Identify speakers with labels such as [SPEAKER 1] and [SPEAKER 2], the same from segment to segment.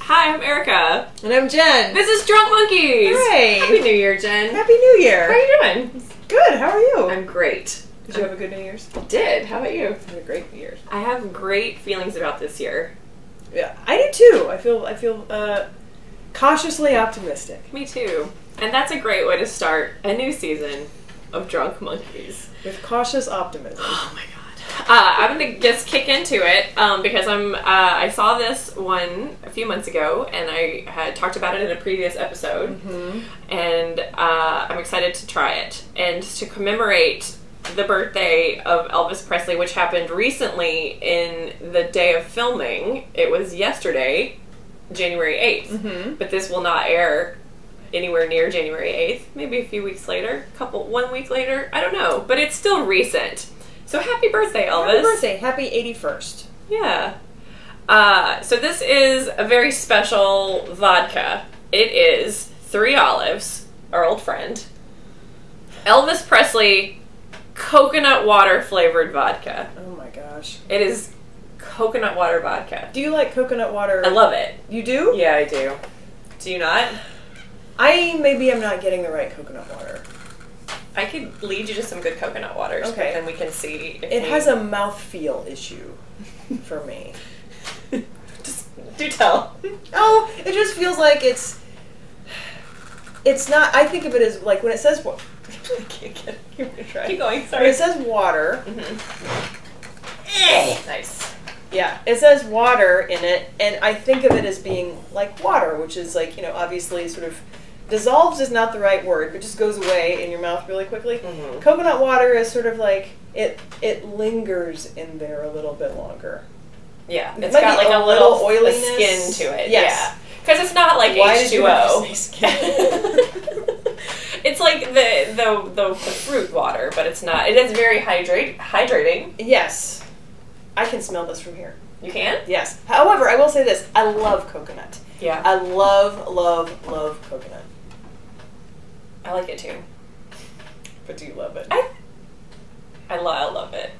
[SPEAKER 1] Hi, I'm Erica.
[SPEAKER 2] And I'm Jen.
[SPEAKER 1] This is Drunk Monkeys.
[SPEAKER 2] Hey.
[SPEAKER 1] Happy New Year, Jen.
[SPEAKER 2] Happy
[SPEAKER 1] How
[SPEAKER 2] New
[SPEAKER 1] are
[SPEAKER 2] Year.
[SPEAKER 1] you doing?
[SPEAKER 2] Good. How are you?
[SPEAKER 1] I'm great.
[SPEAKER 2] Did you have a good New Year's?
[SPEAKER 1] I did. How about you?
[SPEAKER 2] I had a great New Year's.
[SPEAKER 1] I have great feelings about this year.
[SPEAKER 2] Yeah, I did too. I feel I feel uh, cautiously optimistic.
[SPEAKER 1] Me too. And that's a great way to start a new season of Drunk Monkeys.
[SPEAKER 2] With cautious optimism.
[SPEAKER 1] Oh my god. Uh, I'm gonna just kick into it um, because I'm. Uh, I saw this one a few months ago, and I had talked about it in a previous episode. and uh, I'm excited to try it. And to commemorate the birthday of Elvis Presley, which happened recently in the day of filming, it was yesterday, January 8th. But this will not air anywhere near January 8th. Maybe a few weeks later, couple one week later, I don't know. But it's still recent. So happy birthday, Elvis.
[SPEAKER 2] Happy birthday. Happy 81st.
[SPEAKER 1] Yeah. Uh, so this is a very special vodka. It is Three Olives, our old friend, Elvis Presley coconut water flavored vodka.
[SPEAKER 2] Oh my gosh.
[SPEAKER 1] It is coconut water vodka.
[SPEAKER 2] Do you like coconut water?
[SPEAKER 1] I love it.
[SPEAKER 2] you do?
[SPEAKER 1] Yeah, I do. Do you not?
[SPEAKER 2] I maybe I'm not getting the right coconut water.
[SPEAKER 1] I could lead you to some good coconut waters,
[SPEAKER 2] Okay.
[SPEAKER 1] but then we can see. If
[SPEAKER 2] It
[SPEAKER 1] we-
[SPEAKER 2] has a mouthfeel issue for me.
[SPEAKER 1] Just do tell.
[SPEAKER 2] Oh, it just feels like it's. It's not. I think of it as like when it says wa-
[SPEAKER 1] I can't get it.
[SPEAKER 2] Give it a try.
[SPEAKER 1] Keep going.
[SPEAKER 2] When
[SPEAKER 1] Sorry. Mm-hmm.
[SPEAKER 2] it says water.
[SPEAKER 1] Eh, Nice.
[SPEAKER 2] Yeah, it says water in it, and I think of it as being like water, which is like, you know, obviously sort of dissolves is not the right word, but just goes away in your mouth really quickly.
[SPEAKER 1] Mhm.
[SPEAKER 2] Coconut water is sort of like it it lingers in there a little bit longer.
[SPEAKER 1] Yeah,
[SPEAKER 2] It
[SPEAKER 1] it's
[SPEAKER 2] might
[SPEAKER 1] got
[SPEAKER 2] be
[SPEAKER 1] like
[SPEAKER 2] a
[SPEAKER 1] a
[SPEAKER 2] little
[SPEAKER 1] little,
[SPEAKER 2] oiliness.
[SPEAKER 1] a skin to it.
[SPEAKER 2] Yes.
[SPEAKER 1] Yeah, because it's not like
[SPEAKER 2] Why
[SPEAKER 1] H
[SPEAKER 2] did you
[SPEAKER 1] two
[SPEAKER 2] have
[SPEAKER 1] O.
[SPEAKER 2] to say skin?
[SPEAKER 1] It's like the, the the the fruit water, but it's not. It is very hydrate hydrating.
[SPEAKER 2] Yes. I can smell this from here.
[SPEAKER 1] You can.
[SPEAKER 2] Yes. However, I will say this. I love coconut.
[SPEAKER 1] Yeah,
[SPEAKER 2] I love, love, love coconut.
[SPEAKER 1] I like it too.
[SPEAKER 2] But do you love it?
[SPEAKER 1] I I, lo- I love it.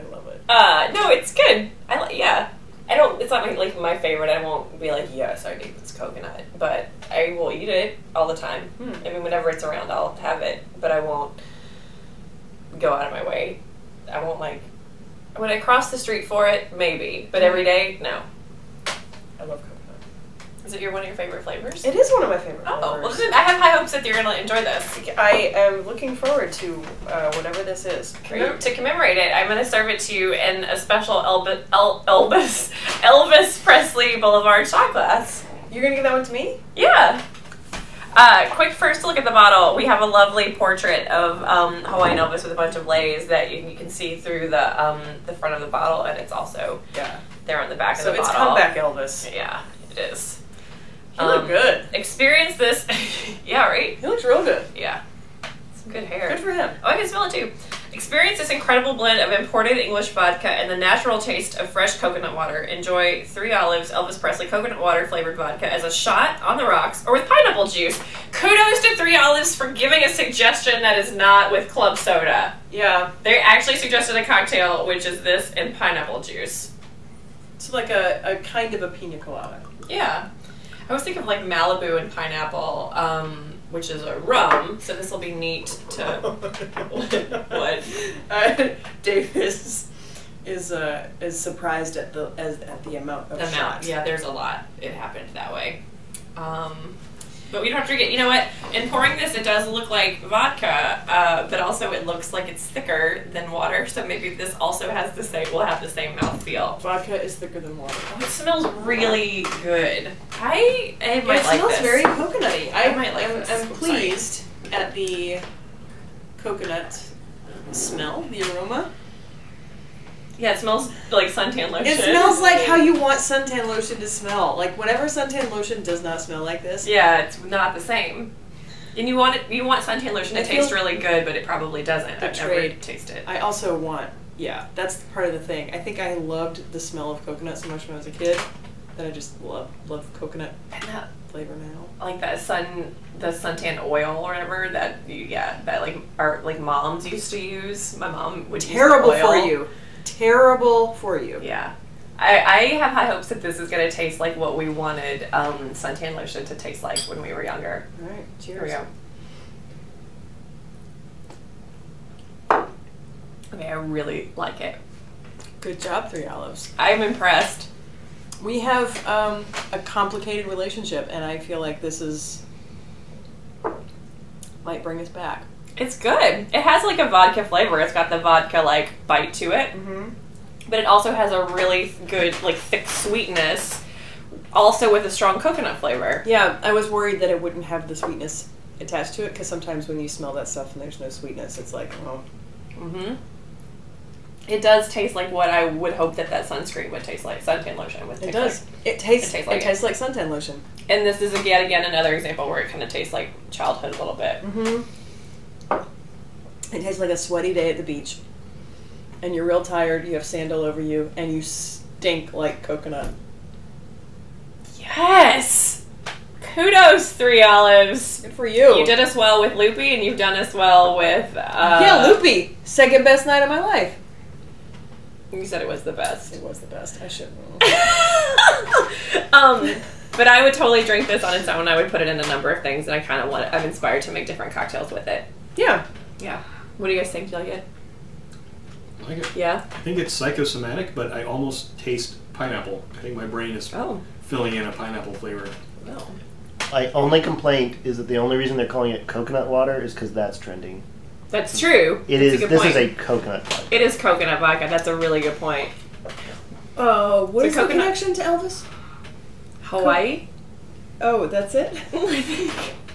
[SPEAKER 2] I love it.
[SPEAKER 1] Uh, no, it's good. I li- yeah. I don't. It's not my, like my favorite. I won't be like yes, I need this coconut, but I will eat it all the time.
[SPEAKER 2] Hmm.
[SPEAKER 1] I mean, whenever it's around, I'll have it, but I won't go out of my way. I won't like when I cross the street for it, maybe, but every day, no.
[SPEAKER 2] I love coconut.
[SPEAKER 1] Is it your one of your favorite flavors?
[SPEAKER 2] It is one of my favorite
[SPEAKER 1] oh, well,
[SPEAKER 2] flavors.
[SPEAKER 1] then I have high hopes that you're gonna enjoy this.
[SPEAKER 2] I am looking forward to uh, whatever this is.
[SPEAKER 1] Commem- to commemorate it, I'm going to serve it to you in a special Elvis, El- Elvis, Elvis Presley Boulevard shot glass.
[SPEAKER 2] You're gonna give that one to me?
[SPEAKER 1] Yeah. Uh, quick first look at the bottle. We have a lovely portrait of um, Hawaiian Elvis with a bunch of lays that you, you can see through the um, the front of the bottle, and it's also
[SPEAKER 2] Yeah.
[SPEAKER 1] there on the back
[SPEAKER 2] So
[SPEAKER 1] of the
[SPEAKER 2] it's
[SPEAKER 1] bottle.
[SPEAKER 2] comeback Elvis.
[SPEAKER 1] Yeah, it is.
[SPEAKER 2] He looked
[SPEAKER 1] Um,
[SPEAKER 2] good.
[SPEAKER 1] Experience this. yeah, right.
[SPEAKER 2] He looks real good.
[SPEAKER 1] Yeah, some good hair.
[SPEAKER 2] Good for him.
[SPEAKER 1] Oh, I can smell it too. Experience this incredible blend of imported English vodka and the natural taste of fresh coconut water. Enjoy Three Olives Elvis Presley coconut water flavored vodka as a shot on the rocks or with pineapple juice. Kudos to Three Olives for giving a suggestion that is not with club soda.
[SPEAKER 2] Yeah.
[SPEAKER 1] They actually suggested a cocktail, which is this and pineapple juice.
[SPEAKER 2] It's like a, a kind of a pina colada.
[SPEAKER 1] Yeah. I always think of like Malibu and pineapple, um, which is a rum, so this will be neat to.
[SPEAKER 2] what? Uh, Davis is uh, is surprised at the as, at the amount of
[SPEAKER 1] amount.
[SPEAKER 2] shots.
[SPEAKER 1] Yeah, there's a lot. It happened that way. Um, but we don't have to get. You know what? In pouring this, it does look like vodka, uh, but also it looks like it's thicker than water. So maybe this also has the same. Will have the same mouthfeel.
[SPEAKER 2] Vodka is thicker than water.
[SPEAKER 1] Oh, it smells really good. I, I might
[SPEAKER 2] it
[SPEAKER 1] like
[SPEAKER 2] smells
[SPEAKER 1] this.
[SPEAKER 2] very coconutty. I,
[SPEAKER 1] I might like
[SPEAKER 2] am,
[SPEAKER 1] this.
[SPEAKER 2] I'm
[SPEAKER 1] Oops, sorry.
[SPEAKER 2] pleased at the coconut smell, the aroma.
[SPEAKER 1] yeah, it smells like suntan lotion.
[SPEAKER 2] It smells like how you want suntan lotion to smell. Like whenever suntan lotion does not smell like this.
[SPEAKER 1] Yeah, it's not the same. And you want it. You want suntan lotion to
[SPEAKER 2] I
[SPEAKER 1] taste
[SPEAKER 2] feel
[SPEAKER 1] really good, but it probably doesn't. I've never
[SPEAKER 2] betrayed.
[SPEAKER 1] tasted it.
[SPEAKER 2] I also want. Yeah, that's part of the thing. I think I loved the smell of coconut so much when I was a kid that I just love love coconut
[SPEAKER 1] And that
[SPEAKER 2] flavor now.
[SPEAKER 1] like that sun the suntan oil or whatever that you yeah that like our like moms used to use my mom would use the
[SPEAKER 2] Terrible for
[SPEAKER 1] oil.
[SPEAKER 2] you. Terrible for you.
[SPEAKER 1] yeah I- I, I have high hopes that this is going to taste like what we wanted um, suntan lotion to taste like when we were younger.
[SPEAKER 2] All right, cheers.
[SPEAKER 1] Here we go. Okay, I really like it.
[SPEAKER 2] Good job, Three Olives.
[SPEAKER 1] I'm impressed.
[SPEAKER 2] We have um, a complicated relationship, and I feel like this is might bring us back.
[SPEAKER 1] It's good. It has like a vodka flavor. It's got the vodka like bite to it,
[SPEAKER 2] Mm-hmm.
[SPEAKER 1] but it also has a really good like thick sweetness, also with a strong coconut flavor.
[SPEAKER 2] Yeah, I was worried that it wouldn't have the sweetness attached to it because sometimes when you smell that stuff and there's no sweetness, it's like, oh,
[SPEAKER 1] Mm-hmm. It does taste like what I would hope that that sunscreen would taste like, suntan lotion would.
[SPEAKER 2] it
[SPEAKER 1] taste
[SPEAKER 2] does.
[SPEAKER 1] like.
[SPEAKER 2] It tastes. It
[SPEAKER 1] It tastes
[SPEAKER 2] tastes
[SPEAKER 1] like
[SPEAKER 2] like,
[SPEAKER 1] it.
[SPEAKER 2] suntan lotion.
[SPEAKER 1] And this is yet again another example where it kind of tastes like childhood a little bit.
[SPEAKER 2] Mm-hmm. It tastes like a sweaty day at the beach, and you're real tired. You have sand all over you, and you stink like coconut.
[SPEAKER 1] Yes. Kudos, Three Olives.
[SPEAKER 2] Good for you.
[SPEAKER 1] You did us well with Loopy, and you've done us well with. Uh,
[SPEAKER 2] yeah, loopy. Second best night of my life.
[SPEAKER 1] You said it was the best.
[SPEAKER 2] It was the best. I shouldn't.
[SPEAKER 1] um, but I would totally drink this on its own. I would put it in a number of things, and I kind of want. I'm inspired to make different cocktails with it.
[SPEAKER 2] yeah.
[SPEAKER 1] Yeah. What do you guys think? Do you like it?
[SPEAKER 3] I like it.
[SPEAKER 1] Yeah.
[SPEAKER 3] I think it's psychosomatic, but I almost taste pineapple. I think my brain is
[SPEAKER 1] Oh.
[SPEAKER 3] filling in a pineapple flavor.
[SPEAKER 1] No.
[SPEAKER 4] My only complaint is that the only reason they're calling it coconut water is because that's trending.
[SPEAKER 1] That's true.
[SPEAKER 4] It
[SPEAKER 1] That's
[SPEAKER 4] is.
[SPEAKER 1] A good
[SPEAKER 4] This
[SPEAKER 1] point.
[SPEAKER 4] is a coconut water.
[SPEAKER 1] It is coconut vodka. That's a really good point.
[SPEAKER 2] Oh, what
[SPEAKER 1] The
[SPEAKER 2] is
[SPEAKER 1] coconut-
[SPEAKER 2] the connection to Elvis?
[SPEAKER 1] Hawaii.
[SPEAKER 2] Oh, that's it.
[SPEAKER 1] I think.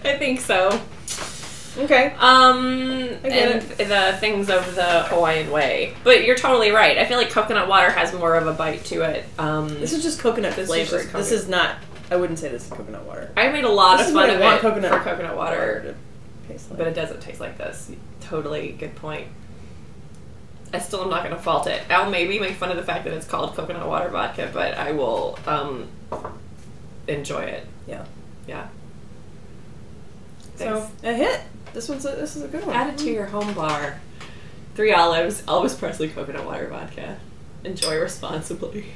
[SPEAKER 1] I think so.
[SPEAKER 2] Okay.
[SPEAKER 1] Um,
[SPEAKER 2] I get
[SPEAKER 1] and the things of the Hawaiian way. But you're totally right. I feel like coconut water has more of a bite to it. Um,
[SPEAKER 2] This is just coconut
[SPEAKER 1] This is
[SPEAKER 2] flavor.
[SPEAKER 1] just
[SPEAKER 2] This is not. I wouldn't say this is coconut water.
[SPEAKER 1] I made a lot of
[SPEAKER 2] this is
[SPEAKER 1] fun
[SPEAKER 2] what I
[SPEAKER 1] of
[SPEAKER 2] want
[SPEAKER 1] it
[SPEAKER 2] coconut
[SPEAKER 1] for coconut water,
[SPEAKER 2] to taste like.
[SPEAKER 1] but it doesn't taste like this. Totally good point. I still am not going to fault it. I'll maybe make fun of the fact that it's called coconut water vodka, but I will um, enjoy it.
[SPEAKER 2] yeah.
[SPEAKER 1] Yeah.
[SPEAKER 2] So a hit. This one's a, this is a good one.
[SPEAKER 1] Add it to your home bar. Three olives, Elvis Presley coconut water vodka. Enjoy responsibly.